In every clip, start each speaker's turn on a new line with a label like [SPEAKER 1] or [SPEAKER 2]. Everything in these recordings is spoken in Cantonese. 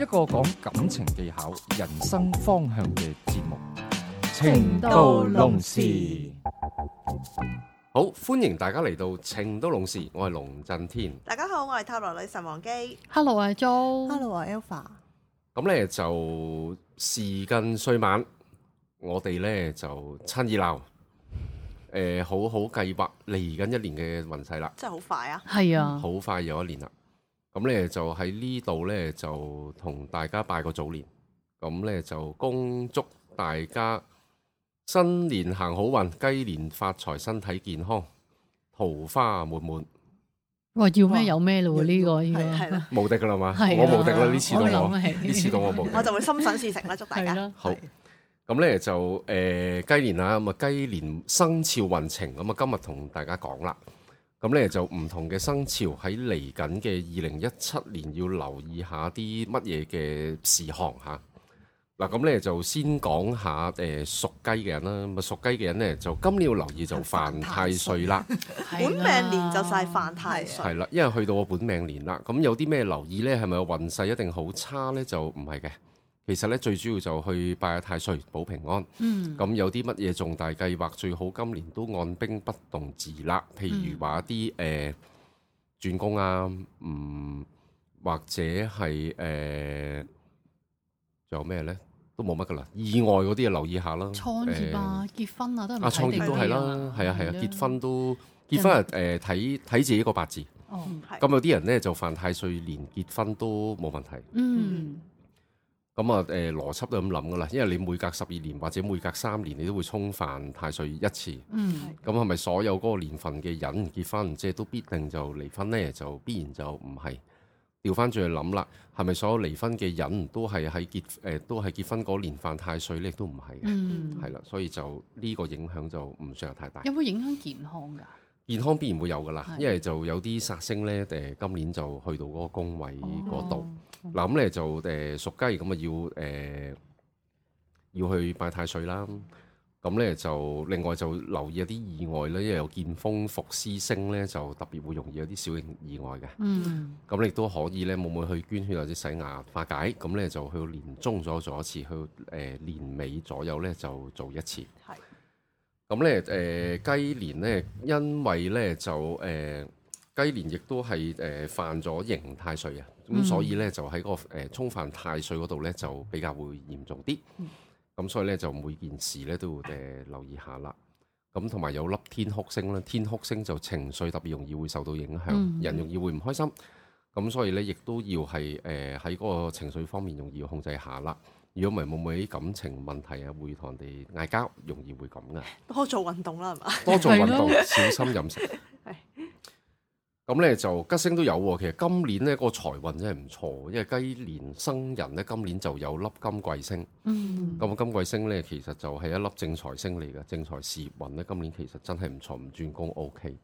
[SPEAKER 1] 一個講感情技巧、人生方向嘅節目。
[SPEAKER 2] 情到濃時
[SPEAKER 3] 好，歡迎大家嚟到《情都龍事》，我係龍震天。
[SPEAKER 4] 大家好，我係塔羅女神王姬。
[SPEAKER 2] Hello 啊 Jo，
[SPEAKER 4] Hello 啊，Alpha。
[SPEAKER 3] 咁咧就時近歲晚，我哋咧就趁熱鬧，誒、好好計劃嚟緊一年嘅運勢啦。
[SPEAKER 4] 真係好快啊！
[SPEAKER 2] 係啊，
[SPEAKER 3] 好快又一年啦。咁咧就喺呢度咧就同大家拜個早年，咁咧就恭祝大家新年行好運，雞年發財，身體健康，桃花滿滿，
[SPEAKER 2] 哇要咩
[SPEAKER 4] 哇
[SPEAKER 2] 有咩咯喎呢個
[SPEAKER 4] 係
[SPEAKER 2] 呢
[SPEAKER 4] 係 啦，
[SPEAKER 3] 無敵噶啦嘛，
[SPEAKER 2] 個，啊
[SPEAKER 3] 我無敵啦呢次到
[SPEAKER 2] 我
[SPEAKER 3] 我，
[SPEAKER 2] 諗起
[SPEAKER 3] 呢次到我無敵
[SPEAKER 4] 我。就會心想事成啦，祝大
[SPEAKER 2] 係
[SPEAKER 4] 家。
[SPEAKER 2] 啦，
[SPEAKER 3] 好，咁咧就誒雞年啦，咁啊雞年生肖運程，咁啊今日同大家講啦。咁咧就唔同嘅生肖喺嚟緊嘅二零一七年要留意下啲乜嘢嘅事項嚇。嗱咁咧就先講下呃誒屬雞嘅人啦，咁啊屬雞嘅人咧就今年要留意就啊犯太歲啦，
[SPEAKER 2] 本
[SPEAKER 4] 本命年就晒犯太歲，
[SPEAKER 3] 係啦，因為去到我本命年啦，咁有啲咩留意咧？係咪運勢一定好差咧？就唔係嘅，其實咧最主要就去拜下太歲保平安。
[SPEAKER 2] 嗯，
[SPEAKER 3] 咁有啲乜嘢重大計劃最好今年都按兵不動自立，譬如話啲誒轉工啊，嗯，或者係誒仲有咩呢？都冇乜噶啦，意外嗰啲啊嘢留意下啦。
[SPEAKER 2] 創業啊、結婚啊都係
[SPEAKER 3] 誒，
[SPEAKER 2] 咪
[SPEAKER 3] 啊創業都係啦，係啊係啊，結婚都結婚係誒呃睇睇自己個八字。
[SPEAKER 2] 哦，
[SPEAKER 4] 係
[SPEAKER 3] 咁有啲人呢，就犯太歲，連結婚都冇問題。
[SPEAKER 2] 嗯，
[SPEAKER 3] 咁啊誒邏輯都係咁諗噶啦，因為你每隔十二年或者每隔三年，你都會沖犯太歲一次。
[SPEAKER 2] 嗯，
[SPEAKER 3] 咁係咪所有嗰個年份嘅人唔結婚，即係都必定就離婚呢？就必然就唔係。調翻轉去諗啦，係咪所有離婚嘅人都係喺結誒、呃都係結婚嗰年犯太歲呢？亦都唔係嘅，
[SPEAKER 2] 嗯，
[SPEAKER 3] 係啦、所以就呢個影響就唔算係太大。
[SPEAKER 2] 有冇影響健康㗎？
[SPEAKER 3] 健康必然會有噶啦，
[SPEAKER 2] 係
[SPEAKER 3] 因為就有啲煞星呢，誒、今年就去到嗰個宮位嗰度。嗱咁咧就誒屬雞咁啊要誒、呃要去拜太歲啦。咁咧就另外就留意一啲意外咧，因為有劍鋒伏屍星咧，就特別會容易有啲小型意外嘅。
[SPEAKER 2] 嗯，
[SPEAKER 3] 咁你亦都可以咧，冇每去捐血或者洗牙化解。咁咧就去到年中左右做一次，去到誒、呃年尾左右咧就做一次。
[SPEAKER 4] 係
[SPEAKER 3] 咁咧誒雞年咧，因為咧就誒、呃、雞年亦都係誒、呃犯咗刑太歲啊，咁、
[SPEAKER 2] 嗯
[SPEAKER 3] 所以咧就喺個誒、呃、沖犯太歲嗰度咧就比較會嚴重啲。咁、所以咧就每件事咧都要誒、呃留意下啦。咁同埋有粒天哭星啦，天哭星就情緒特別容易會受到影響，
[SPEAKER 2] 嗯
[SPEAKER 3] 人容易會唔開心。咁所以咧，亦都要係誒喺嗰個情緒方面容易要控制下啦。如果唔係，會唔會啲感情問題啊，會同人哋嗌交，容易會咁噶。
[SPEAKER 4] 多做運動啦，係嘛？
[SPEAKER 3] 多做運動，
[SPEAKER 2] 係
[SPEAKER 3] 小心飲食
[SPEAKER 4] 係。
[SPEAKER 3] 咁咧就吉星都有喎，其實今年咧個財運真係唔錯，因為雞年生人咧今年就有粒金貴星，
[SPEAKER 2] 嗯，
[SPEAKER 3] 咁金貴星咧其實就係一粒正財星嚟嘅，正財事業運咧今年其實真係唔錯，唔轉工 O K。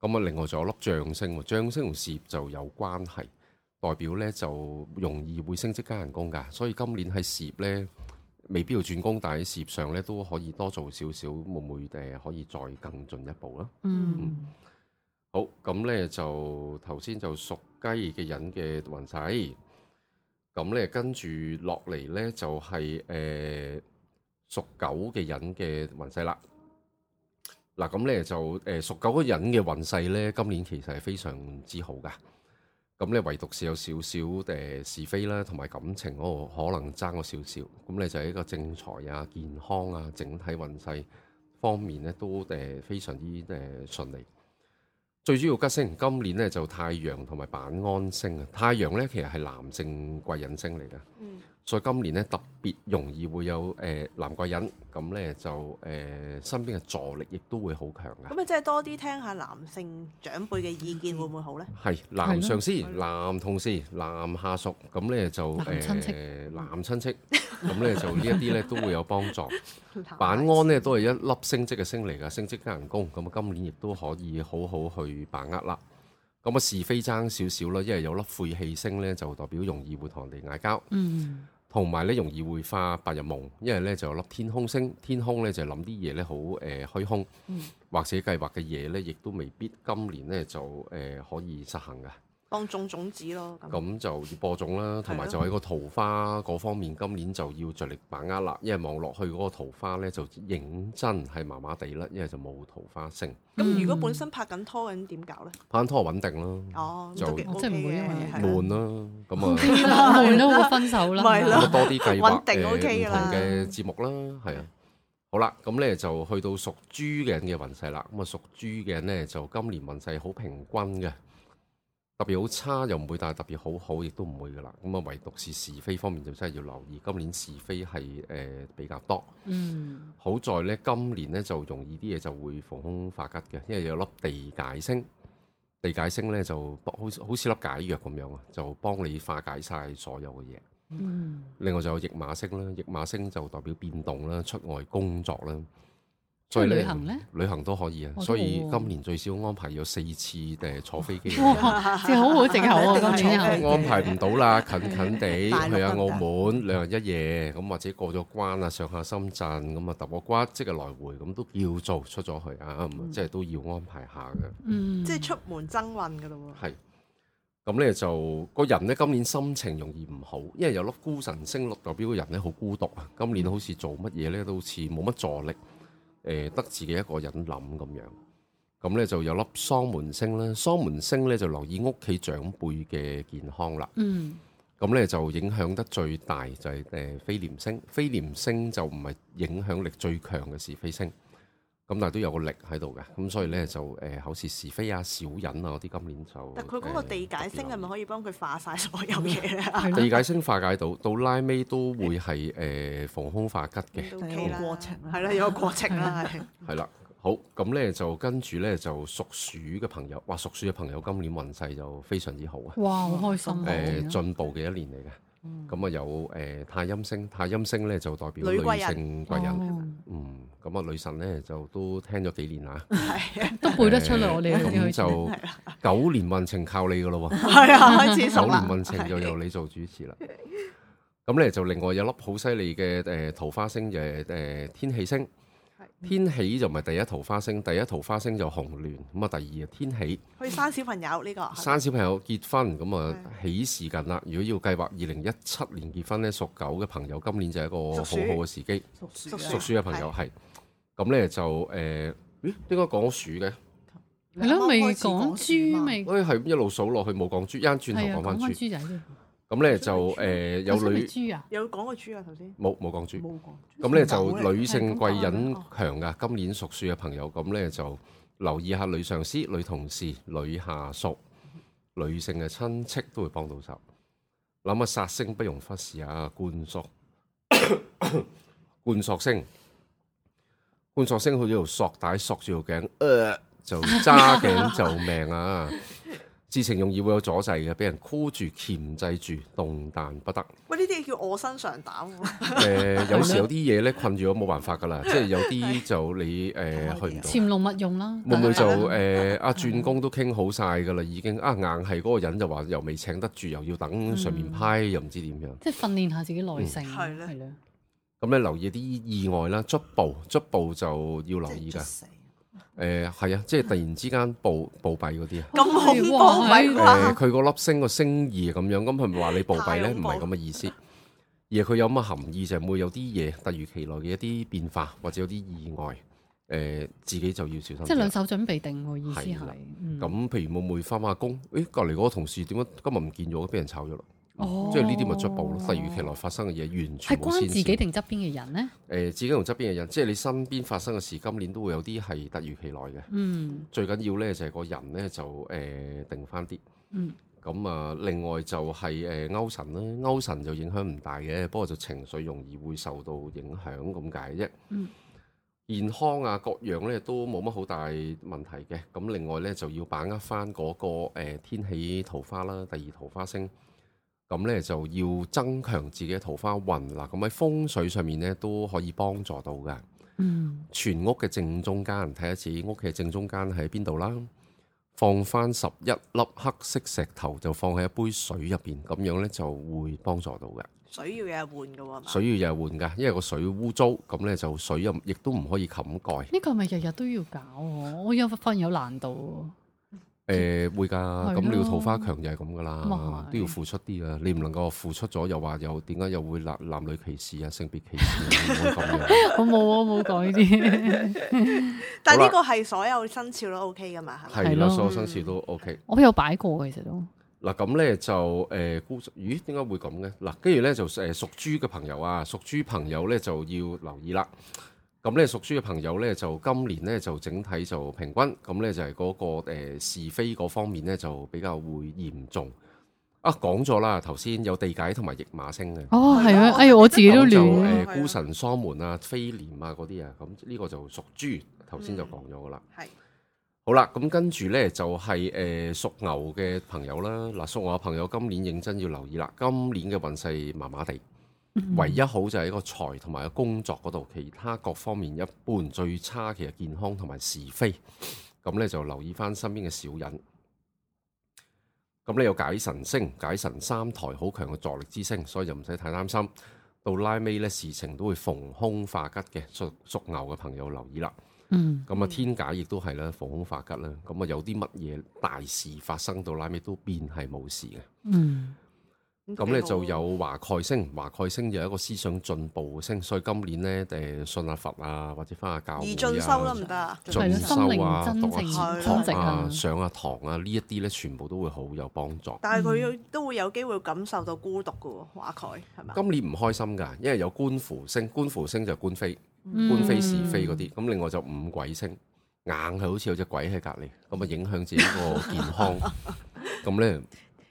[SPEAKER 3] 咁啊，另外仲有粒象星喎，象星同事業就有關係，代表咧就容易會升職加人工㗎，所以今年喺事業咧未必要轉工，但喺事業上咧都可以多做少少，會唔會誒可以再更進一步啦？啊
[SPEAKER 2] 嗯，
[SPEAKER 3] 好，咁咧就頭先就屬雞嘅人嘅運勢，咁咧跟住落嚟咧就係誒屬狗嘅人嘅運勢啦。嗱，咁咧就誒、呃、屬狗嘅人嘅運勢咧，今年其實係非常之好噶。咁咧，唯獨是有少少誒是非啦，同埋感情嗰度可能爭咗少少。咁咧就係一個正財啊、健康啊、整體運勢方面咧都誒非常之誒順利。最主要吉星今年咧就太陽同埋板安星啊，太陽咧其實係男性貴人星嚟嘅，
[SPEAKER 4] 嗯
[SPEAKER 3] 所以今年咧特別容易會有誒、呃男貴人，咁咧就誒、呃身邊嘅助力亦都會好強嘅。
[SPEAKER 4] 咁啊咪即係多啲聽下男性長輩嘅意見，會唔會好咧？
[SPEAKER 3] 係男上司
[SPEAKER 4] 係、咯
[SPEAKER 3] 男同事、男下屬，咁咧就
[SPEAKER 2] 男親戚
[SPEAKER 3] 呃男親戚咁咧就呢一啲咧都會有幫助。
[SPEAKER 4] 男
[SPEAKER 3] 板安咧都係一粒升職嘅升嚟㗎，升職加人工，咁啊今年亦都可以好好去把握啦。咁啊是非爭少少啦，因為有粒晦氣星咧，就代表容易會同人哋嗌交，
[SPEAKER 2] 嗯，
[SPEAKER 3] 同埋咧容易會發白日夢，因為咧就有粒天空星，天空咧就諗啲嘢咧好誒虛空，或者計劃嘅嘢咧，亦都未必今年咧就誒、呃可以實行㗎。
[SPEAKER 4] 當種種子咯，咁
[SPEAKER 3] 咁就要播種啦，同埋就喺個桃花嗰方面，今年就要盡力把握啦。因為望落去嗰個桃花呢，就認真係麻麻地啦，因為就冇桃花星。
[SPEAKER 4] 咁如
[SPEAKER 2] 嗯
[SPEAKER 4] 果本身拍緊拖咁點搞咧？
[SPEAKER 3] 拍拖穩定啦，
[SPEAKER 4] 哦，
[SPEAKER 3] 就
[SPEAKER 4] 都幾
[SPEAKER 2] 哦
[SPEAKER 4] OK
[SPEAKER 2] 即係唔會因為
[SPEAKER 4] 嘅，係啦
[SPEAKER 3] 悶啦，咁
[SPEAKER 2] 嗯
[SPEAKER 3] 啊
[SPEAKER 2] 悶都好過分手啦，
[SPEAKER 4] 咪
[SPEAKER 2] 係
[SPEAKER 4] 咯
[SPEAKER 3] 咁
[SPEAKER 2] 嘛
[SPEAKER 3] 啊多啲計劃
[SPEAKER 4] 穩定
[SPEAKER 3] 誒
[SPEAKER 4] OK 㗎
[SPEAKER 3] 唔同
[SPEAKER 4] 啦
[SPEAKER 3] 嘅節目啦，係啊。好啦，咁呢就去到屬豬嘅人嘅運勢啦。咁啊，屬豬嘅人呢，就今年運勢好平均嘅，特別好差又唔會，但係特別好好亦都唔會噶啦。咁啊，唯獨是是非方面就真係要留意，今年是非係誒、呃比較多。
[SPEAKER 2] 嗯，
[SPEAKER 3] 好在呢，今年呢就容易啲嘢就會逢凶化吉嘅，因為有粒地解星，地解星呢就幫好似好似粒解藥咁樣啊，就幫你化解晒所有嘅嘢。
[SPEAKER 2] 嗯，
[SPEAKER 3] 另外就有驛馬星啦，驛馬星就代表變動啦，出外工作啦，
[SPEAKER 2] 出去
[SPEAKER 3] 呢
[SPEAKER 2] 旅行呢，
[SPEAKER 3] 旅行都可以啊。
[SPEAKER 2] 哦
[SPEAKER 3] 所以
[SPEAKER 2] 都好喎
[SPEAKER 3] 今年最少安排有四次誒坐飛機。啊
[SPEAKER 2] 哇，正好好藉口啊，今年係
[SPEAKER 3] 安排唔到啦，近近地
[SPEAKER 4] 大陸
[SPEAKER 3] 去
[SPEAKER 4] 得
[SPEAKER 3] 下
[SPEAKER 4] 唔
[SPEAKER 3] 澳
[SPEAKER 4] 得
[SPEAKER 3] 門兩日一夜，咁或者過咗關啊，上下深圳咁啊揼個骨，即係來回咁都叫做出咗去啊，咁啊即係都要安排下嘅。
[SPEAKER 2] 嗯，
[SPEAKER 4] 即係出門爭運㗎咯
[SPEAKER 3] 係咁咧就個人咧今年心情容易唔好，因為有粒孤神星落代表個人咧好孤獨啊。今
[SPEAKER 4] 嗯
[SPEAKER 3] 年好似做乜嘢咧都好似冇乜助力，誒、得自己一個人諗咁樣。咁咧就有粒喪門星咧，喪門星咧就留意屋企長輩嘅健康啦。
[SPEAKER 2] 嗯，
[SPEAKER 3] 咁咧就影響得最大就係誒飛廉星，飛廉星就唔係影響力最強嘅是非星，咁但係都有個力喺度嘅，咁所以咧就誒口是是非啊、小人啊嗰啲，今年就
[SPEAKER 4] 喎。但佢嗰個地解星係咪
[SPEAKER 3] 可
[SPEAKER 4] 可以幫佢化晒所有嘢啊
[SPEAKER 2] 係
[SPEAKER 4] 咧？
[SPEAKER 2] 咯
[SPEAKER 3] 地解星化解到，到拉尾都會係誒逢凶化吉嘅，
[SPEAKER 4] 都
[SPEAKER 5] 但
[SPEAKER 4] OK
[SPEAKER 5] 有
[SPEAKER 4] 啦
[SPEAKER 5] 個過程啦
[SPEAKER 4] 係啦，有個過程啦，係
[SPEAKER 2] 嗯
[SPEAKER 3] 係啦。好，咁咧就跟住咧就屬鼠嘅朋友，哇！屬鼠嘅朋友今年運勢就非常之好啊！
[SPEAKER 2] 哇，好開心啊，嗯
[SPEAKER 3] 誒
[SPEAKER 2] 咁樣
[SPEAKER 3] 進步嘅一年嚟嘅。咁啊有誒太陰星，太陰星咧就代表
[SPEAKER 4] 女
[SPEAKER 3] 女
[SPEAKER 4] 貴人
[SPEAKER 3] 性貴人。
[SPEAKER 2] 哦
[SPEAKER 3] 嗯，咁啊女神咧就都聽咗幾年啦，
[SPEAKER 2] 都背得出嚟，
[SPEAKER 3] 誒
[SPEAKER 2] 我哋嗰啲
[SPEAKER 3] 咁
[SPEAKER 2] 去
[SPEAKER 3] 就九年運程靠你噶咯喎，
[SPEAKER 4] 係 啊，開始
[SPEAKER 3] 九
[SPEAKER 4] 熟
[SPEAKER 3] 年
[SPEAKER 4] 啦。
[SPEAKER 3] 運程就由你做主持啦。咁咧就另外有粒好犀利嘅誒桃花星嘅誒天喜星，天喜就唔係第一桃花星，第一桃花星就紅鸞，咁啊第二啊天喜。
[SPEAKER 4] 去生小朋友呢個係咪
[SPEAKER 3] 生小朋友結婚咁啊，喜事近啦！如果要計劃二零一七年結婚咧，屬狗嘅朋友今年就係一個好
[SPEAKER 4] 屬鼠
[SPEAKER 3] 好嘅時機。
[SPEAKER 5] 屬鼠
[SPEAKER 4] 屬
[SPEAKER 3] 屬
[SPEAKER 5] 啊
[SPEAKER 3] 鼠嘅朋友係咁咧就誒，咦應該講鼠嘅，
[SPEAKER 2] 係咯，未
[SPEAKER 5] 啱啱開始
[SPEAKER 2] 講
[SPEAKER 5] 講
[SPEAKER 2] 豬
[SPEAKER 5] 嘛
[SPEAKER 2] 未，
[SPEAKER 3] 誒係一路數落去冇講豬，一陣轉頭
[SPEAKER 2] 係啊，
[SPEAKER 3] 講翻
[SPEAKER 2] 講翻
[SPEAKER 3] 豬。
[SPEAKER 2] 豬仔先，
[SPEAKER 3] 咁咧就誒
[SPEAKER 2] 我
[SPEAKER 3] 有
[SPEAKER 2] 想
[SPEAKER 3] 女
[SPEAKER 2] 問豬啊，
[SPEAKER 4] 有講過豬啊頭先。
[SPEAKER 3] 冇冇講豬。
[SPEAKER 5] 冇講豬
[SPEAKER 3] 咁咧
[SPEAKER 5] 狗嚟
[SPEAKER 3] 就女性貴
[SPEAKER 2] 係咁
[SPEAKER 3] 人
[SPEAKER 2] 講
[SPEAKER 3] 強噶，今年屬鼠嘅朋友咁咧就留意下女上司、女同事、女下屬、女性嘅親戚都會幫到手。諗下殺星不容忽視啊，冠索 冠索星，冠索星好似條索帶索住條頸，呃就揸頸就命啊！ 事情容易會有阻滯嘅，俾人箍住、鉗制住，動彈不得。
[SPEAKER 4] 喂，呢啲叫我身上膽喎，
[SPEAKER 3] 誒、呃 有時有啲嘢咧困住我冇辦法噶啦，即係有啲就 你誒、呃
[SPEAKER 5] 啊
[SPEAKER 3] 去唔到，
[SPEAKER 2] 潛龍勿用啦，
[SPEAKER 3] 會唔會就誒
[SPEAKER 5] 嗯
[SPEAKER 3] 阿轉工都傾好晒噶啦，已經啊硬係嗰個人就話又未請得住，又要等上面批，又唔知點樣。
[SPEAKER 2] 即係訓練下自己耐性，
[SPEAKER 4] 嗯係咯
[SPEAKER 2] 係咯，
[SPEAKER 3] 咁咧留意啲意外啦，卒步卒步就要留意
[SPEAKER 5] 即係
[SPEAKER 3] 噶。
[SPEAKER 5] 捽
[SPEAKER 3] 誒
[SPEAKER 5] 死
[SPEAKER 3] 係啊，即係突然之間暴暴斃嗰啲啊。
[SPEAKER 4] 咁恐怖
[SPEAKER 2] 哇
[SPEAKER 4] 唔係
[SPEAKER 3] 誒
[SPEAKER 4] 啩？
[SPEAKER 3] 呃佢個粒星個星二咁樣，咁佢咪話你暴斃咧？
[SPEAKER 4] 太
[SPEAKER 3] 唔
[SPEAKER 4] 恐怖
[SPEAKER 3] 係咁嘅意思，而佢有咁嘅含義就係會有啲嘢突如其來嘅一啲變化，或者有啲意外，誒、呃自己就要小心啲啦。
[SPEAKER 2] 即係兩手準備定喎，意思
[SPEAKER 3] 係啦
[SPEAKER 2] 係，嗯
[SPEAKER 3] 咁譬如妹妹翻下工，誒隔離嗰個同事點解今日唔見咗，俾人炒咗啦？
[SPEAKER 2] 哦
[SPEAKER 3] 即係呢啲咪捉捕咯，突如其來發生嘅嘢
[SPEAKER 2] 係
[SPEAKER 3] 完全冇
[SPEAKER 2] 關
[SPEAKER 3] 先
[SPEAKER 2] 自己
[SPEAKER 3] 線。誒、
[SPEAKER 2] 定側邊嘅人呢？
[SPEAKER 3] 自己同側邊嘅人，即係你身邊發生嘅事，今年都會有啲係突如其來嘅。
[SPEAKER 2] 嗯
[SPEAKER 3] 最緊要咧就係個人咧就誒、定翻啲。
[SPEAKER 2] 嗯。
[SPEAKER 3] 咁啊，另外就係誒歐神啦，歐神就影響唔大嘅，不過就情緒容易會受到影響咁解啫。
[SPEAKER 2] 嗯
[SPEAKER 3] 健康啊，各樣咧都冇乜好大問題嘅。咁另外咧就要把握翻嗰個誒天喜桃花啦，第二桃花星。咁咧就要增強自己嘅桃花運啦。咁喺風水上面咧都可以幫助到嘅。
[SPEAKER 2] 嗯，
[SPEAKER 3] 全屋嘅正中間睇一次屋企嘅正中間喺邊度啦。放翻十一粒黑色石頭就放喺一杯水入邊，咁樣咧就會幫助到嘅。
[SPEAKER 4] 水要有人換嘅喎，係嘛
[SPEAKER 3] 水要日日換㗎，因為個水污糟，咁咧就水又亦都唔可以冚蓋。
[SPEAKER 2] 呢個係咪日日都要搞喎？我有發現有難度
[SPEAKER 3] 誒、會㗎，咁
[SPEAKER 2] 咯
[SPEAKER 3] 你要桃花強就係咁㗎
[SPEAKER 2] 咪
[SPEAKER 3] 啦，
[SPEAKER 2] 係
[SPEAKER 3] 都要付出啲㗎。你唔能夠付出咗又話又點解又會男男女歧視啊、性別歧視啊，唔好咁樣。
[SPEAKER 2] 喎。我冇啊，我冇講呢 啲，
[SPEAKER 4] 但係呢
[SPEAKER 3] 好
[SPEAKER 4] 個係所有生肖都 OK 噶嘛，係咪？
[SPEAKER 3] 係啦，
[SPEAKER 2] 咯
[SPEAKER 3] 所有生肖都 OK。
[SPEAKER 2] 我有擺過嘅其實都。
[SPEAKER 3] 嗱咁咧就誒、呃估，咦點解會咁嘅？嗱，跟住咧就誒、屬豬嘅朋友啊，屬豬朋友咧就要留意啦。咁咧屬豬嘅朋友咧就今年咧就整體就平均，咁咧就係嗰、個、呃、是非嗰方面咧就比較會嚴重。啊，講咗啦，頭先有地解同埋驛馬星嘅。
[SPEAKER 2] 哦，係
[SPEAKER 4] 係
[SPEAKER 2] 啊，
[SPEAKER 4] 咯
[SPEAKER 2] 哎呀，我自己都
[SPEAKER 3] 咁就
[SPEAKER 2] 亂啊。
[SPEAKER 3] 誒
[SPEAKER 4] 係啊
[SPEAKER 3] 孤神喪門啊、飛廉啊嗰啲啊，咁呢個就屬豬，頭先就講咗噶啦。
[SPEAKER 4] 係
[SPEAKER 3] 好啦，咁跟住呢就係誒屬牛嘅朋友啦。嗱，屬牛嘅朋友今年認真要留意啦。今年嘅運勢麻麻地，唯一好就係一個財同埋個工作嗰度，其他各方面一般。最差其實健康同埋是非，咁呢就留意翻身邊嘅小人。咁呢有解神星、解神三台好強嘅助力之星，所以就唔使太擔心。到拉尾呢，事情都會逢凶化吉嘅，屬屬牛嘅朋友留意啦。
[SPEAKER 2] 嗯，
[SPEAKER 3] 咁啊，天解亦都係啦，逢凶化吉啦。咁啊，有啲乜嘢大事發生到拉尾都變係冇事嘅。
[SPEAKER 2] 嗯，
[SPEAKER 3] 咁咧
[SPEAKER 4] 啊
[SPEAKER 3] 就有華蓋星，華蓋星有一個思想進步嘅星，所以今年咧誒信下佛啊，或者翻下教
[SPEAKER 4] 二
[SPEAKER 3] 會
[SPEAKER 4] 進修
[SPEAKER 3] 啊
[SPEAKER 4] 得唔得啊？
[SPEAKER 2] 係
[SPEAKER 3] 進
[SPEAKER 2] 咯，心
[SPEAKER 3] 修
[SPEAKER 2] 靈
[SPEAKER 3] 啊，
[SPEAKER 2] 真
[SPEAKER 3] 讀
[SPEAKER 2] 正
[SPEAKER 3] 下
[SPEAKER 4] 係
[SPEAKER 3] 哲
[SPEAKER 2] 增值
[SPEAKER 3] 學啊
[SPEAKER 2] 啊，，
[SPEAKER 3] 上下堂啊，呢一啲咧全部都會好有幫助。
[SPEAKER 4] 但係佢都會有機會感受到孤獨嘅喎，話佢係嘛？
[SPEAKER 3] 今年唔開心㗎，因為有官符星，官符星就係官非，
[SPEAKER 2] 嗯
[SPEAKER 3] 官非是非嗰啲。咁另外就五鬼星，硬係好似有隻鬼喺隔離，咁啊影響自己個健 康。咁咧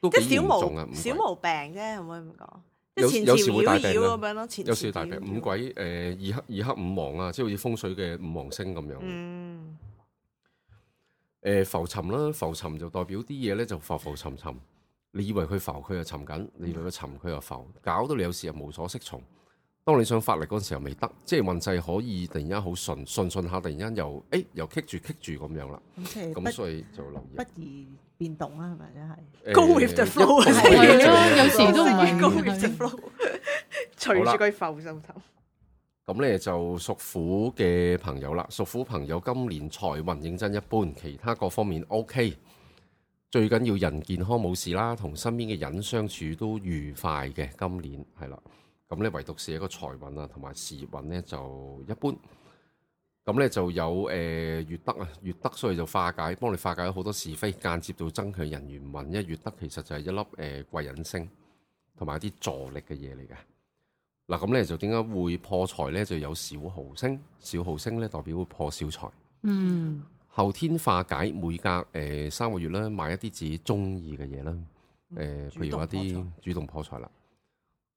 [SPEAKER 3] 都
[SPEAKER 4] 即
[SPEAKER 3] 幾
[SPEAKER 4] 係小
[SPEAKER 3] 嚴重啊！
[SPEAKER 4] 毛
[SPEAKER 3] 五
[SPEAKER 4] 小
[SPEAKER 3] 鬼
[SPEAKER 4] 毛病啫，可唔可以咁講？即
[SPEAKER 3] 有
[SPEAKER 4] 係前
[SPEAKER 3] 有
[SPEAKER 4] 朝
[SPEAKER 3] 時會大
[SPEAKER 4] 擾
[SPEAKER 3] 病
[SPEAKER 4] 擾
[SPEAKER 3] 啊
[SPEAKER 4] 咁樣咯，前
[SPEAKER 3] 有少大
[SPEAKER 4] 朝
[SPEAKER 3] 病，
[SPEAKER 4] 擾擾
[SPEAKER 3] 五。鬼誒、呃二黑二黑五黃啊，即係好似風水嘅五黃星咁樣。誒、
[SPEAKER 4] 嗯，
[SPEAKER 3] 浮沉啦，浮沉就代表啲嘢咧就浮浮沉沉。你以為佢浮，佢又沉緊；你以為佢沉，佢又浮，搞到你有時又無所適從。當你想發力嗰陣時候未得，即係運勢可以突然間好順順順下，突然間又誒、哎又棘住棘住咁樣啦。
[SPEAKER 5] 咁即係
[SPEAKER 3] 咁
[SPEAKER 5] 不
[SPEAKER 3] 所以就留意
[SPEAKER 5] 不。宜變動啦，係咪真係？
[SPEAKER 3] 誒
[SPEAKER 4] Go with the flow 啊係
[SPEAKER 3] 一步一步
[SPEAKER 2] 咯有
[SPEAKER 3] 啊
[SPEAKER 2] 時都唔係
[SPEAKER 4] Go
[SPEAKER 2] 係
[SPEAKER 4] with the flow，隨
[SPEAKER 3] 好啦
[SPEAKER 4] 住佢浮上頭。
[SPEAKER 3] 咁咧就屬虎嘅朋友啦，屬虎朋友今年財運認真一般，其他各方面 OK。最緊要人健康冇事啦，同身邊嘅人相處都愉快嘅。今年係啦，咁咧唯獨是一個財運啊，同埋事業運咧就一般。咁咧就有誒、呃、月德啊，月德所以就化解，幫你化解咗好多是非，間接到增強人緣運。因為月德其實就係一粒誒、呃、貴人星，同埋一啲助力嘅嘢嚟嘅。嗱，咁咧就點解會破財咧？就有小耗星，小耗星咧代表會破小財。
[SPEAKER 2] 嗯，
[SPEAKER 3] 後天化解，每隔誒、呃三個月啦，買一啲自己中意嘅嘢啦，誒、譬如話一啲嗯主動破財啦，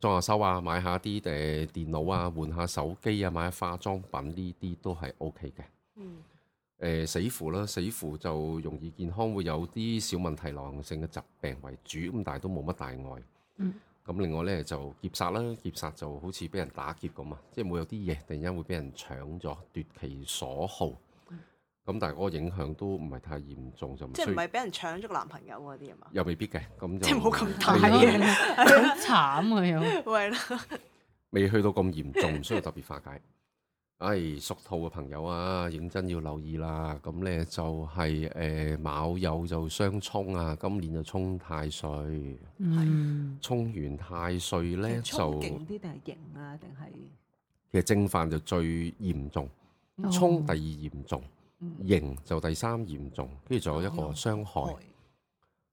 [SPEAKER 3] 裝下修啊，買下啲誒、呃、電腦啊，換下手機啊，買下化妝品呢啲都係 O K 嘅。
[SPEAKER 4] 嗯
[SPEAKER 3] 誒、死符呃啦，死符就容易健康會有啲小問題，流行性嘅疾病為主，咁但係都冇乜大礙。
[SPEAKER 2] 嗯。
[SPEAKER 3] 咁另外呢，就劫殺啦，劫殺就好似俾人打劫咁啊，即係會有啲嘢突然間會俾人搶咗，奪其所好。咁但係嗰個影響都唔係太嚴重，就唔
[SPEAKER 4] 嗯即係
[SPEAKER 3] 需
[SPEAKER 4] 唔
[SPEAKER 3] 要
[SPEAKER 4] 係俾人搶咗個男朋友嗰啲啊嘛？
[SPEAKER 3] 又未必嘅，咁就
[SPEAKER 4] 即係冇咁大
[SPEAKER 3] 未
[SPEAKER 4] 嘅
[SPEAKER 2] 好慘啊又。
[SPEAKER 4] 喂啦，
[SPEAKER 3] 未去到咁嚴重，唔需要特別化解。唉，屬兔嘅朋友啊，認真要留意啦。咁呢就係、誒、卯酉就相沖啊，今年就沖太歲，
[SPEAKER 2] 嗯，
[SPEAKER 3] 沖完太歲呢，
[SPEAKER 5] 係衝
[SPEAKER 3] 就
[SPEAKER 5] 勁啲定係型啊？定係
[SPEAKER 3] 其實正犯就最嚴重，
[SPEAKER 2] 哦
[SPEAKER 3] 沖第二嚴重，
[SPEAKER 5] 嗯
[SPEAKER 3] 刑就第三嚴重，跟住仲有一個傷害。
[SPEAKER 5] 害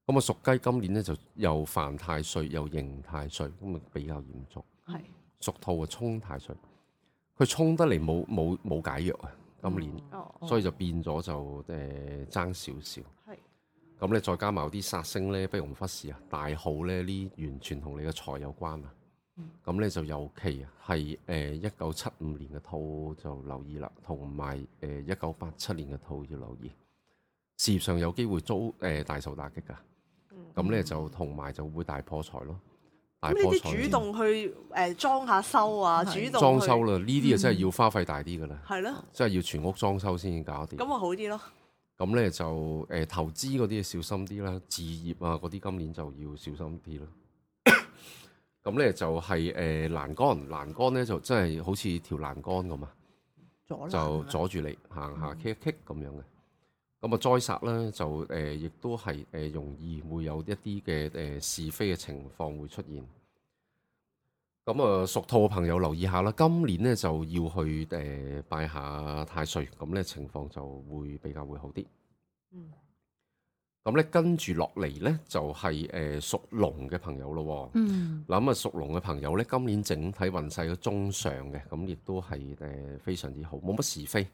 [SPEAKER 3] 咁啊，屬雞今年呢，就又犯太歲又刑太歲，咁啊比較嚴重。
[SPEAKER 5] 係
[SPEAKER 3] 屬兔啊，沖太歲，佢沖得嚟冇冇冇解藥啊！今年，
[SPEAKER 4] 哦，
[SPEAKER 3] 所以就變咗就誒爭少少。
[SPEAKER 4] 係
[SPEAKER 3] 咁咧再加埋有啲殺星咧，不容忽視啊！大號咧呢完全同你嘅財有關啊！
[SPEAKER 4] 嗯
[SPEAKER 3] 咁咧就尤其係誒一九七五年嘅兔就留意啦，同埋誒一九八七年嘅兔要留意。事業上有機會遭誒、呃大受打擊㗎，咁咧就同埋就會大破財咯。大
[SPEAKER 4] 嗯咁呢
[SPEAKER 3] 棵
[SPEAKER 4] 啲
[SPEAKER 3] 菜
[SPEAKER 4] 主動去誒裝下修啊，主
[SPEAKER 5] 係
[SPEAKER 4] 動
[SPEAKER 3] 裝
[SPEAKER 4] 去嗯
[SPEAKER 3] 修啦，呢啲嘢啊真係要花費大啲㗎啦，
[SPEAKER 4] 係咯，
[SPEAKER 3] 真係要全屋裝修先搞得掂。
[SPEAKER 4] 咁啊好啲咯。
[SPEAKER 3] 咁咧就誒、呃投資嗰啲小心啲啦，置業啊嗰啲今年就要小心啲啦。咁咧就係、誒、欄杆，欄杆咧就真係好似條欄杆咁啊，
[SPEAKER 5] 阻阻
[SPEAKER 3] 就阻住你行下棘一棘咁樣嘅。咁啊災殺咧就誒、呃亦都係誒、呃容易會有一啲嘅誒是非嘅情況會出現。咁啊，屬兔嘅朋友留意下啦，今年咧就要去誒、呃拜下太歲，咁咧情況就會比較會好啲。
[SPEAKER 4] 嗯，
[SPEAKER 3] 咁咧跟住落嚟咧就係誒屬龍嘅朋友咯喎。
[SPEAKER 2] 嗯，
[SPEAKER 3] 嗱咁啊，屬龍嘅朋友咧，今年整體運勢都中上嘅，咁亦都係誒非常之好，冇乜是非。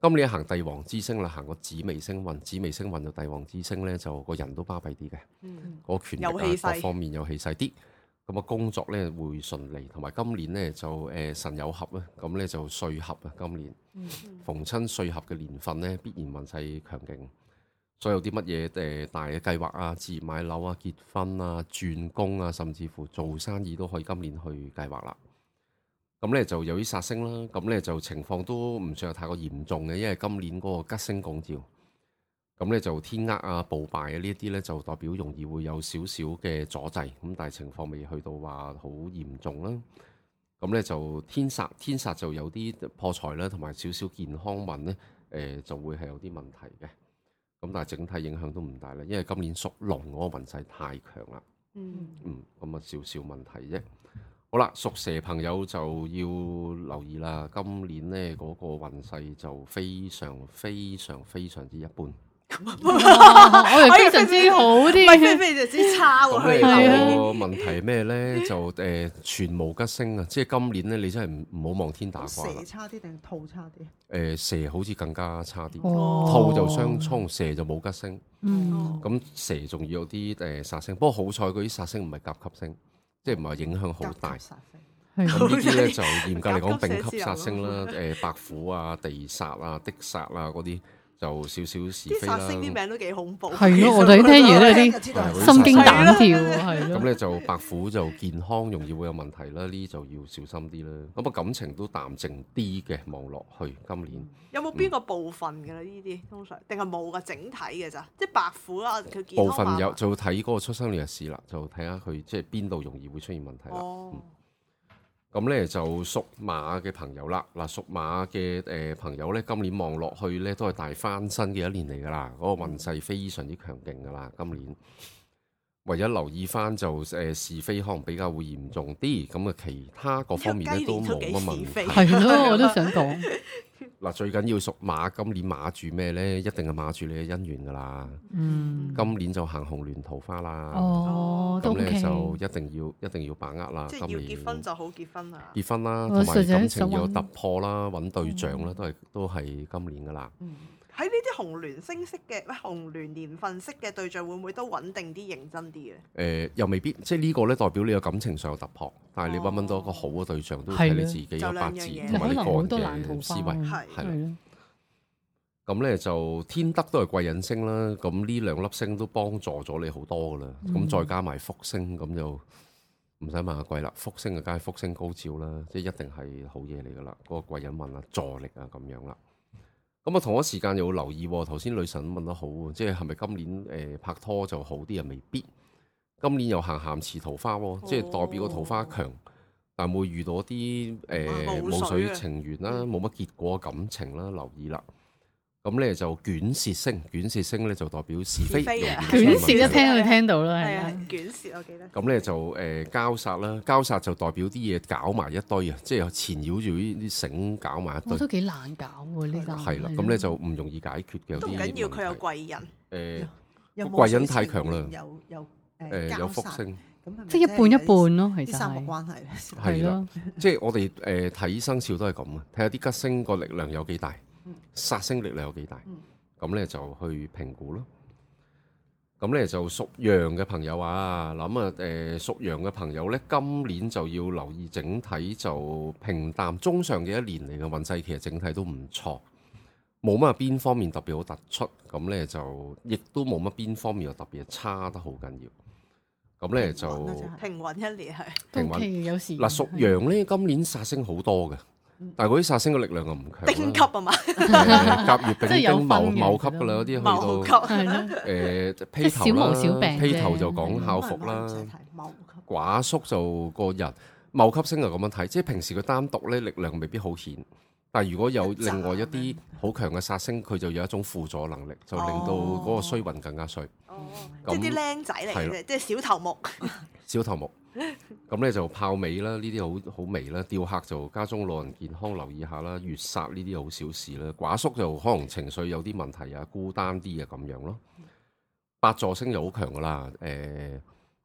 [SPEAKER 3] 今年行帝王之星啦，行個紫微星運，紫微星運到帝王之星咧，就個人都巴閉啲嘅，
[SPEAKER 4] 嗯，
[SPEAKER 3] 個權
[SPEAKER 4] 有
[SPEAKER 3] 力
[SPEAKER 4] 氣
[SPEAKER 3] 啊各
[SPEAKER 4] 勢
[SPEAKER 3] 方面有氣勢啲。咁啊，工作咧會順利，同埋今年咧就誒、呃神有合啊，咁咧就歲合啊，今年。
[SPEAKER 4] 嗯
[SPEAKER 3] 逢親歲合嘅年份咧，必然運勢強勁。所以有啲乜嘢誒大嘅計劃啊，置業買樓啊、結婚啊、轉工啊，甚至乎做生意都可以今年去計劃啦。咁咧就由於殺星啦，咁咧就情況都唔算係太過嚴重嘅，因為今年嗰個吉星拱照，咁咧就天厄啊、暴敗啊呢一啲咧就代表容易會有少少嘅阻滯，咁但係情況未去到話好嚴重啦。咁咧就天煞，天煞就有啲破財啦，同埋少少健康運咧，誒、就會係有啲問題嘅。咁但係整體影響都唔大啦，因為今年屬龍嗰個運勢太強啦，
[SPEAKER 4] 嗯，
[SPEAKER 3] 嗯，咁啊少少問題啫。好啦，屬蛇朋友就要留意啦，今年呢嗰、個運勢就非常非常非常之一般。
[SPEAKER 2] 哇我哋非常之好
[SPEAKER 4] 唔係非
[SPEAKER 2] 添，
[SPEAKER 4] 非就之差喎，
[SPEAKER 3] 咁
[SPEAKER 4] 佢
[SPEAKER 3] 你
[SPEAKER 2] 係啊
[SPEAKER 3] 個問題係咩呢？就誒、全無吉星啊！即係今年呢，你真係唔唔好望天打卦
[SPEAKER 4] 哦
[SPEAKER 3] 啦
[SPEAKER 5] 蛇。差啲定兔差啲？
[SPEAKER 3] 誒、蛇好似更加差啲。
[SPEAKER 2] 哦
[SPEAKER 3] 兔就相沖，蛇就冇吉星，
[SPEAKER 2] 嗯，
[SPEAKER 3] 咁蛇仲要有啲誒殺星，不過好彩嗰啲殺星唔係甲級星，即係唔係影響好大
[SPEAKER 5] 夾。夾殺死
[SPEAKER 3] 咁
[SPEAKER 2] 係
[SPEAKER 3] 呢啲咧就嚴格嚟講
[SPEAKER 4] 甲級蛇
[SPEAKER 3] 丙級殺星啦，
[SPEAKER 4] 之
[SPEAKER 3] 誒白虎啊、地殺啊、的殺啊嗰啲就少少 是
[SPEAKER 4] 啲
[SPEAKER 3] 非
[SPEAKER 4] 殺星啲
[SPEAKER 3] 啦。
[SPEAKER 4] 名都幾恐怖。
[SPEAKER 2] 係
[SPEAKER 4] 其
[SPEAKER 2] 咯，
[SPEAKER 4] 實
[SPEAKER 2] 我哋聽完都有啲
[SPEAKER 5] 就知道係
[SPEAKER 3] 係
[SPEAKER 2] 心驚
[SPEAKER 3] 係
[SPEAKER 2] 膽
[SPEAKER 3] 啦
[SPEAKER 2] 跳，係
[SPEAKER 3] 咁
[SPEAKER 2] 咯，
[SPEAKER 3] 咧就白虎就健康容易會有問題啦，呢啲就要小心啲啦。咁啊感情都淡靜啲嘅望落去，今年
[SPEAKER 4] 有冇邊個部分㗎啦？呢啲通常定係冇㗎，整體嘅咋？即係白虎啦，佢健康
[SPEAKER 3] 部分有
[SPEAKER 4] 碼
[SPEAKER 3] 就睇嗰個出生年日時啦，就睇下佢即係邊度容易會出現問題啦。
[SPEAKER 4] 哦，
[SPEAKER 3] 咁咧就屬馬嘅朋友啦，嗱屬馬嘅誒朋友咧，今年望落去咧都係大翻身嘅一年嚟㗎啦，嗰、個運勢非常之強勁㗎啦，今年唯一留意翻就誒、是非可能比較會嚴重啲，咁啊其他各方面咧都冇乜問題。
[SPEAKER 2] 係咯，我都想講，
[SPEAKER 3] 嗱最緊要屬馬，今年馬住咩咧？一定係馬住你嘅姻緣㗎啦，
[SPEAKER 2] 嗯，
[SPEAKER 3] 今年就行紅鸞桃花啦，
[SPEAKER 2] 哦，都
[SPEAKER 3] 咁
[SPEAKER 2] OK，
[SPEAKER 3] 咧就一定要一定要把握啦，
[SPEAKER 4] 即係
[SPEAKER 3] 啊今
[SPEAKER 4] 要
[SPEAKER 3] 年
[SPEAKER 4] 結婚就好結婚啊！
[SPEAKER 3] 結婚啦，
[SPEAKER 2] 我
[SPEAKER 3] 同埋
[SPEAKER 2] 實在
[SPEAKER 3] 感情
[SPEAKER 2] 想
[SPEAKER 3] 要有
[SPEAKER 2] 搵嗯
[SPEAKER 3] 突破啦，揾對象啦，都係都係今年噶啦。
[SPEAKER 4] 喺呢啲紅聯星式嘅，喂紅聯年份式嘅對象會唔會都穩定啲、認真啲嘅？
[SPEAKER 3] 誒、又未必，即係呢個咧代表你嘅感情上有突破，但係你揾唔揾到一個好嘅對象，都要睇
[SPEAKER 2] 係
[SPEAKER 3] 你
[SPEAKER 2] 啦
[SPEAKER 3] 自己
[SPEAKER 4] 就
[SPEAKER 3] 有八
[SPEAKER 4] 兩樣
[SPEAKER 3] 字
[SPEAKER 4] 嘢
[SPEAKER 3] 同埋
[SPEAKER 2] 可
[SPEAKER 3] 你
[SPEAKER 2] 能好
[SPEAKER 3] 個
[SPEAKER 2] 多爛
[SPEAKER 3] 人
[SPEAKER 2] 桃
[SPEAKER 3] 嘅思
[SPEAKER 2] 花，
[SPEAKER 3] 維。
[SPEAKER 4] 係
[SPEAKER 3] 係啦
[SPEAKER 2] 係咯，
[SPEAKER 3] 咁咧就天德都係貴人星啦，咁呢兩粒星都幫助咗你好多噶啦。咁、
[SPEAKER 2] 嗯
[SPEAKER 3] 再加埋福星，咁就唔使問阿貴啦。福星就啊梗係福星高照啦，即係一定係好嘢嚟噶啦。嗰、個貴人運啊、助力啊咁樣啦。咁啊，同一時間又要留意喎。頭先女神問得好喎，即係係咪今年誒、呃拍拖就好啲啊？未必。今年又行鹹池桃花喎，即係代表個桃花強，但會遇到啲誒
[SPEAKER 4] 哦冇
[SPEAKER 3] 冇
[SPEAKER 4] 水
[SPEAKER 3] 水
[SPEAKER 4] 啊
[SPEAKER 3] 情緣啦，冇乜結果嘅感情啦，留意啦。咁咧就卷舌星，卷舌星咧就代表是非，
[SPEAKER 4] 是非啊
[SPEAKER 3] 容易
[SPEAKER 2] 卷
[SPEAKER 3] 會出
[SPEAKER 2] 舌一
[SPEAKER 3] 現問題
[SPEAKER 2] 聽就聽到啦，
[SPEAKER 4] 係
[SPEAKER 2] 係
[SPEAKER 4] 啊
[SPEAKER 2] 啊，，
[SPEAKER 4] 卷舌我記得。
[SPEAKER 3] 咁咧就誒、呃交殺啦，交殺就代表啲嘢搞埋一堆啊，即係纏繞住呢啲繩搞埋一
[SPEAKER 2] 我
[SPEAKER 3] 堆
[SPEAKER 2] 都，幾難搞喎呢個，
[SPEAKER 3] 係啦，咁咧就唔容易解決嘅。有
[SPEAKER 4] 都唔
[SPEAKER 3] 啲
[SPEAKER 4] 緊要，佢有
[SPEAKER 3] 問題
[SPEAKER 4] 貴人。
[SPEAKER 3] 誒
[SPEAKER 5] 有冇
[SPEAKER 3] 貴人太強啦
[SPEAKER 5] 有有
[SPEAKER 3] 誒
[SPEAKER 4] 呃
[SPEAKER 5] 誒
[SPEAKER 3] 有福，星，
[SPEAKER 5] 交殺咁係咪
[SPEAKER 2] 即係一半一
[SPEAKER 5] 真係有啲
[SPEAKER 2] 半咯，其
[SPEAKER 5] 啲
[SPEAKER 2] 實
[SPEAKER 5] 三個
[SPEAKER 2] 係，
[SPEAKER 5] 關係咧。
[SPEAKER 3] 係
[SPEAKER 2] 係
[SPEAKER 3] 啦
[SPEAKER 2] 咯，
[SPEAKER 3] 即係我哋誒睇生肖都係咁啊，睇下啲吉星個力量有幾大，殺星力量有幾大
[SPEAKER 5] 嗯，
[SPEAKER 3] 咁咧就去評估咯。咁咧就屬羊嘅朋友啊，諗啊誒屬羊嘅朋友咧，今年就要留意整體就平淡中上嘅一年嚟嘅運勢，其實整體都唔錯，冇乜邊方面特別好突出，咁咧就亦都冇乜邊方面又特別差得好緊要。咁咧就
[SPEAKER 5] 穩啊真係
[SPEAKER 4] 停穩一年係
[SPEAKER 3] 平
[SPEAKER 6] 都
[SPEAKER 3] 穩
[SPEAKER 6] OK 有時
[SPEAKER 3] 嗱，屬羊咧今年殺星好多嘅，但係嗰啲殺星嘅力量又唔強啦。
[SPEAKER 4] 丁級啊嘛，
[SPEAKER 3] 誒甲乙丙
[SPEAKER 6] 即係有
[SPEAKER 3] 丁
[SPEAKER 6] 分
[SPEAKER 3] 卯
[SPEAKER 6] 嘅
[SPEAKER 3] 卯
[SPEAKER 6] 其
[SPEAKER 3] 級
[SPEAKER 6] 實
[SPEAKER 3] 㗎啦，有啲去
[SPEAKER 4] 某級
[SPEAKER 3] 到
[SPEAKER 6] 係咯，
[SPEAKER 3] 誒
[SPEAKER 6] 即係
[SPEAKER 3] 披頭
[SPEAKER 6] 小毛
[SPEAKER 3] 啦
[SPEAKER 6] 小病，
[SPEAKER 3] 披
[SPEAKER 6] 啫
[SPEAKER 3] 頭就講孝服
[SPEAKER 5] 唔
[SPEAKER 4] 嗯啊
[SPEAKER 3] 啦，
[SPEAKER 5] 使睇冇級
[SPEAKER 3] 寡叔就個人卯級星就咁樣睇，即係平時佢單獨咧力量未必好顯，但係如果有另外一啲好強嘅殺星，佢就有一種輔助能力，就令到嗰個衰運更加衰。
[SPEAKER 4] 即係啲
[SPEAKER 3] 咁
[SPEAKER 4] 僆仔嚟嘅
[SPEAKER 3] 係
[SPEAKER 4] 啫，即係小頭目。
[SPEAKER 3] 小頭目。咁咧就炮尾啦，呢啲好好微啦。吊客就家中老人健康留意下啦，月殺呢啲好小事啦。寡叔就可能情緒有啲問題啊，孤單啲啊咁樣咯。八座星就好強噶啦，誒、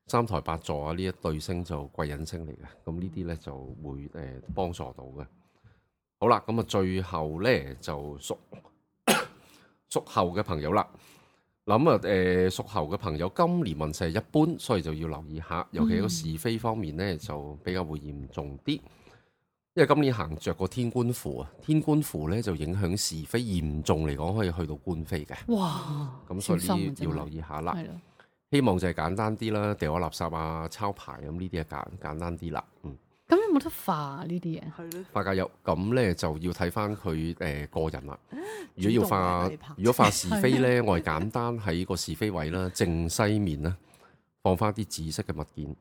[SPEAKER 3] 三台八座啊呢一對星就貴人星嚟嘅，咁呢啲咧就會誒、幫助到嘅。好啦，咁啊最後咧就屬 屬猴嘅朋友啦。諗啊，誒、屬猴嘅朋友今年運勢一般，所以就要留意下，尤其
[SPEAKER 6] 嗯
[SPEAKER 3] 喺個是非方面呢，就比較會嚴重啲。因為今年行着個天官符啊，天官符呢就影響是非，嚴重嚟講可以去到官非嘅，
[SPEAKER 6] 哇，
[SPEAKER 3] 咁所
[SPEAKER 6] 小心
[SPEAKER 3] 以呢
[SPEAKER 6] 啊
[SPEAKER 3] 要留，意下啦
[SPEAKER 6] 真係。係咯，
[SPEAKER 3] 希望就係簡單啲啦，掉下垃圾啊、抄牌咁呢啲啊簡簡單啲啦。嗯，
[SPEAKER 6] 咁有冇得化呢啲嘢？
[SPEAKER 4] 係咯，
[SPEAKER 3] 化解有咁呢就要睇翻佢誒個人 啦。如果要
[SPEAKER 5] 主動為
[SPEAKER 3] 化
[SPEAKER 5] 你拍，
[SPEAKER 3] 如果化是非呢，我係簡單喺個是非位啦，正西面啦，放翻啲紫色嘅物件，譬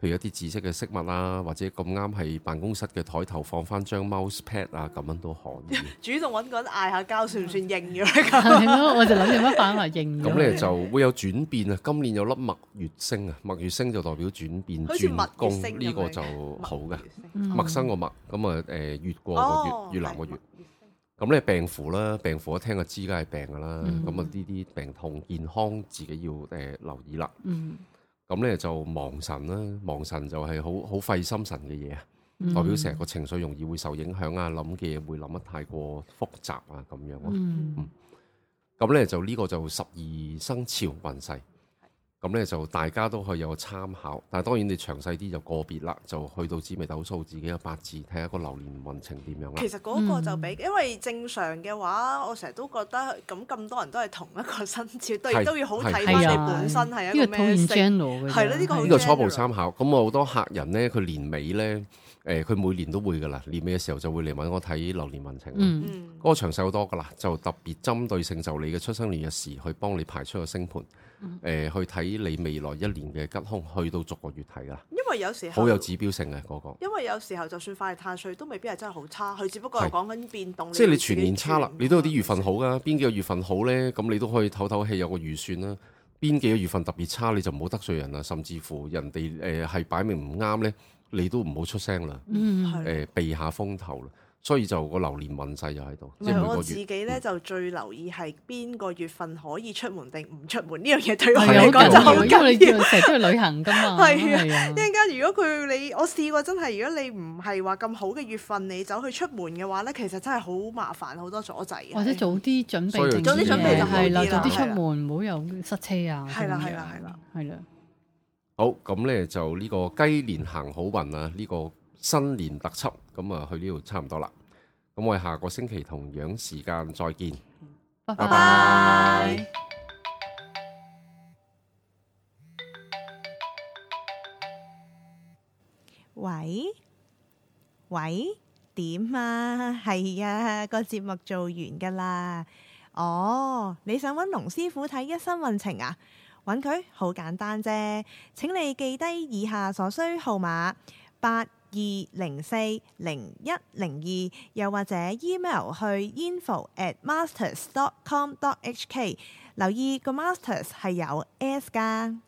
[SPEAKER 3] 如一啲紫色嘅飾物啊，或者咁啱係辦公室嘅台頭放翻張 mouse pad 啊，咁樣 都可以。
[SPEAKER 4] 主動揾個人嗌下交，算唔
[SPEAKER 3] 嗯
[SPEAKER 4] 算應嘅咧？
[SPEAKER 6] 係咯，我就諗有乜辦法應咗
[SPEAKER 3] 咁咧就會有轉變啊！今年有粒墨月星啊，墨月星就代表轉變
[SPEAKER 4] 好似墨
[SPEAKER 3] 轉
[SPEAKER 4] 月
[SPEAKER 3] 工，
[SPEAKER 4] 星
[SPEAKER 3] 呢
[SPEAKER 4] 咁
[SPEAKER 3] 個
[SPEAKER 4] 樣
[SPEAKER 3] 就好嘅。
[SPEAKER 6] 嗯
[SPEAKER 3] 陌生個陌，咁啊誒越
[SPEAKER 6] 哦
[SPEAKER 4] 哦
[SPEAKER 3] 過個越越南個越，咁咧病符啦，病符一聽就知梗係病噶啦，
[SPEAKER 6] 嗯
[SPEAKER 3] 咁啊呢啲病痛健康自己要誒、留意啦。
[SPEAKER 6] 嗯，
[SPEAKER 3] 咁咧就忘神啦，忘神就係好好費心神嘅嘢啊，
[SPEAKER 6] 嗯
[SPEAKER 3] 代表成個情緒容易會受影響啊，諗嘅嘢會諗得太過複雜啊咁樣咯。
[SPEAKER 6] 嗯
[SPEAKER 3] 咁咧就呢個就十二生肖運勢，咁咧就大家都可以有個參考，但係當然你詳細啲就個別啦，就去到紫微斗數自己嘅八字，睇下個流年運程點樣啦
[SPEAKER 4] 其。實嗰個就比，因為正常嘅話，我成日都覺得咁咁多人都係同一個生肖，都
[SPEAKER 3] 係
[SPEAKER 4] 都要好睇翻
[SPEAKER 6] 係
[SPEAKER 4] 你
[SPEAKER 6] 啊
[SPEAKER 4] 本身係一
[SPEAKER 6] 呢
[SPEAKER 4] 個
[SPEAKER 6] 個套
[SPEAKER 4] 咩
[SPEAKER 6] 現
[SPEAKER 4] 性。
[SPEAKER 6] general 嘅啫
[SPEAKER 4] 係咯呢
[SPEAKER 2] 哦
[SPEAKER 4] 個好
[SPEAKER 3] 呢個初步參考，咁啊我好多客人呢，佢年尾呢，誒佢每年都會噶啦，年尾嘅時候就會嚟揾我睇流年運程啦。
[SPEAKER 6] 嗯
[SPEAKER 4] 嗯，
[SPEAKER 3] 嗰個詳細好多噶啦，就特別針對性就你嘅出生年日時去幫你排出個星盤，誒、去睇你未來一年嘅吉凶，去到逐個月睇噶啦，
[SPEAKER 4] 因為有時候
[SPEAKER 3] 好有指標性嘅嗰、個。
[SPEAKER 4] 因為嗯有時候就算快碳税都未必係真係好差，佢只不過係
[SPEAKER 3] 係
[SPEAKER 4] 講緊變動。
[SPEAKER 3] 即係你
[SPEAKER 4] 要自己
[SPEAKER 3] 全年差啦
[SPEAKER 4] 轉，
[SPEAKER 3] 你都有啲月份好噶，邊幾個月份好呢？咁你都可以唞唞氣，有個預算啦。邊幾個月份特別差，你就唔好得罪人啦，甚至乎人哋誒係擺明唔啱呢，你都唔好出聲啦，
[SPEAKER 6] 嗯
[SPEAKER 3] 誒、
[SPEAKER 4] 係
[SPEAKER 3] 避下風頭啦。所以就個流年運勢就喺度，
[SPEAKER 4] 唔
[SPEAKER 3] 即係
[SPEAKER 4] 係
[SPEAKER 3] 每
[SPEAKER 4] 我
[SPEAKER 3] 個
[SPEAKER 4] 自
[SPEAKER 3] 月。嗯
[SPEAKER 4] 己咧，就最留意係邊個月份可以出門定唔出門呢樣嘢對我
[SPEAKER 6] 係啊
[SPEAKER 4] 嚟講就
[SPEAKER 6] 好
[SPEAKER 4] 好
[SPEAKER 6] 緊要，因為
[SPEAKER 4] 緊
[SPEAKER 6] 你
[SPEAKER 4] 要。
[SPEAKER 6] 成日都去旅行㗎嘛，
[SPEAKER 4] 係啊一
[SPEAKER 6] 啊
[SPEAKER 4] 陣間如果佢你我試過真係，如果你唔係話咁好嘅月份，你走去出門嘅話咧，其實真係好麻煩，好多阻滯嘅。
[SPEAKER 6] 或者早啲準備
[SPEAKER 3] 所以
[SPEAKER 6] 定
[SPEAKER 3] 早
[SPEAKER 4] 啲準備就好
[SPEAKER 6] 係啦，
[SPEAKER 4] 啲啦
[SPEAKER 6] 早啲出
[SPEAKER 4] 係啦
[SPEAKER 6] 門，唔好有塞車啊，
[SPEAKER 4] 係啦
[SPEAKER 6] 咁樣
[SPEAKER 4] 係啦係啦，
[SPEAKER 6] 係啦，
[SPEAKER 3] 好咁呢，就呢個雞年行好運啊！呢、個新年特輯咁啊，去呢度差唔多啦。咁我哋下個星期同樣時間再見。
[SPEAKER 6] 拜
[SPEAKER 3] 拜
[SPEAKER 6] 拜。
[SPEAKER 5] 喂喂，點啊？ 係啊，個節目做完噶啦。哦，你想揾龍師傅睇一生運程啊？揾佢好簡單啫。請你記低以下所需號碼八二零四零一零二，又或者 email 去 info at masters dot com dot hk。留意個 masters 係有 s 㗎。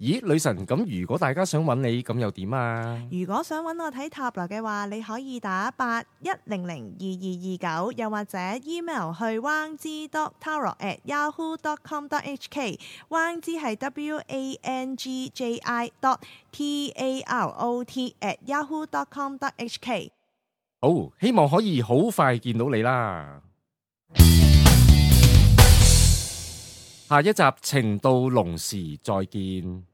[SPEAKER 1] 咦，女神，咁如果大家想揾你，咁又點啊？
[SPEAKER 5] 如果想揾我睇塔羅嘅話，你可以打八一零零二二二九，又或者 email 去 wang z dot tarot at yahoo dot com dot hk。wang z 係 w a n g j i dot t a r o t at yahoo dot com dot hk。
[SPEAKER 1] 好，希望可以好快見到你啦。下一集情到濃時再見。